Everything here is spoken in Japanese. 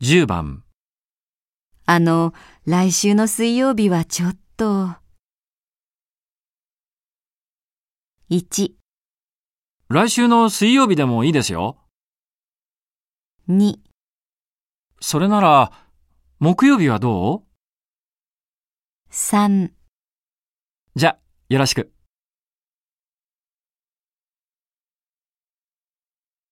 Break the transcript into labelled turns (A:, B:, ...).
A: 10番、
B: あの、来週の水曜日はちょっと。1、
A: 来週の水曜日でもいいですよ。
B: 2、
A: それなら、木曜日はど
B: 3。
A: うじゃ、よろしく。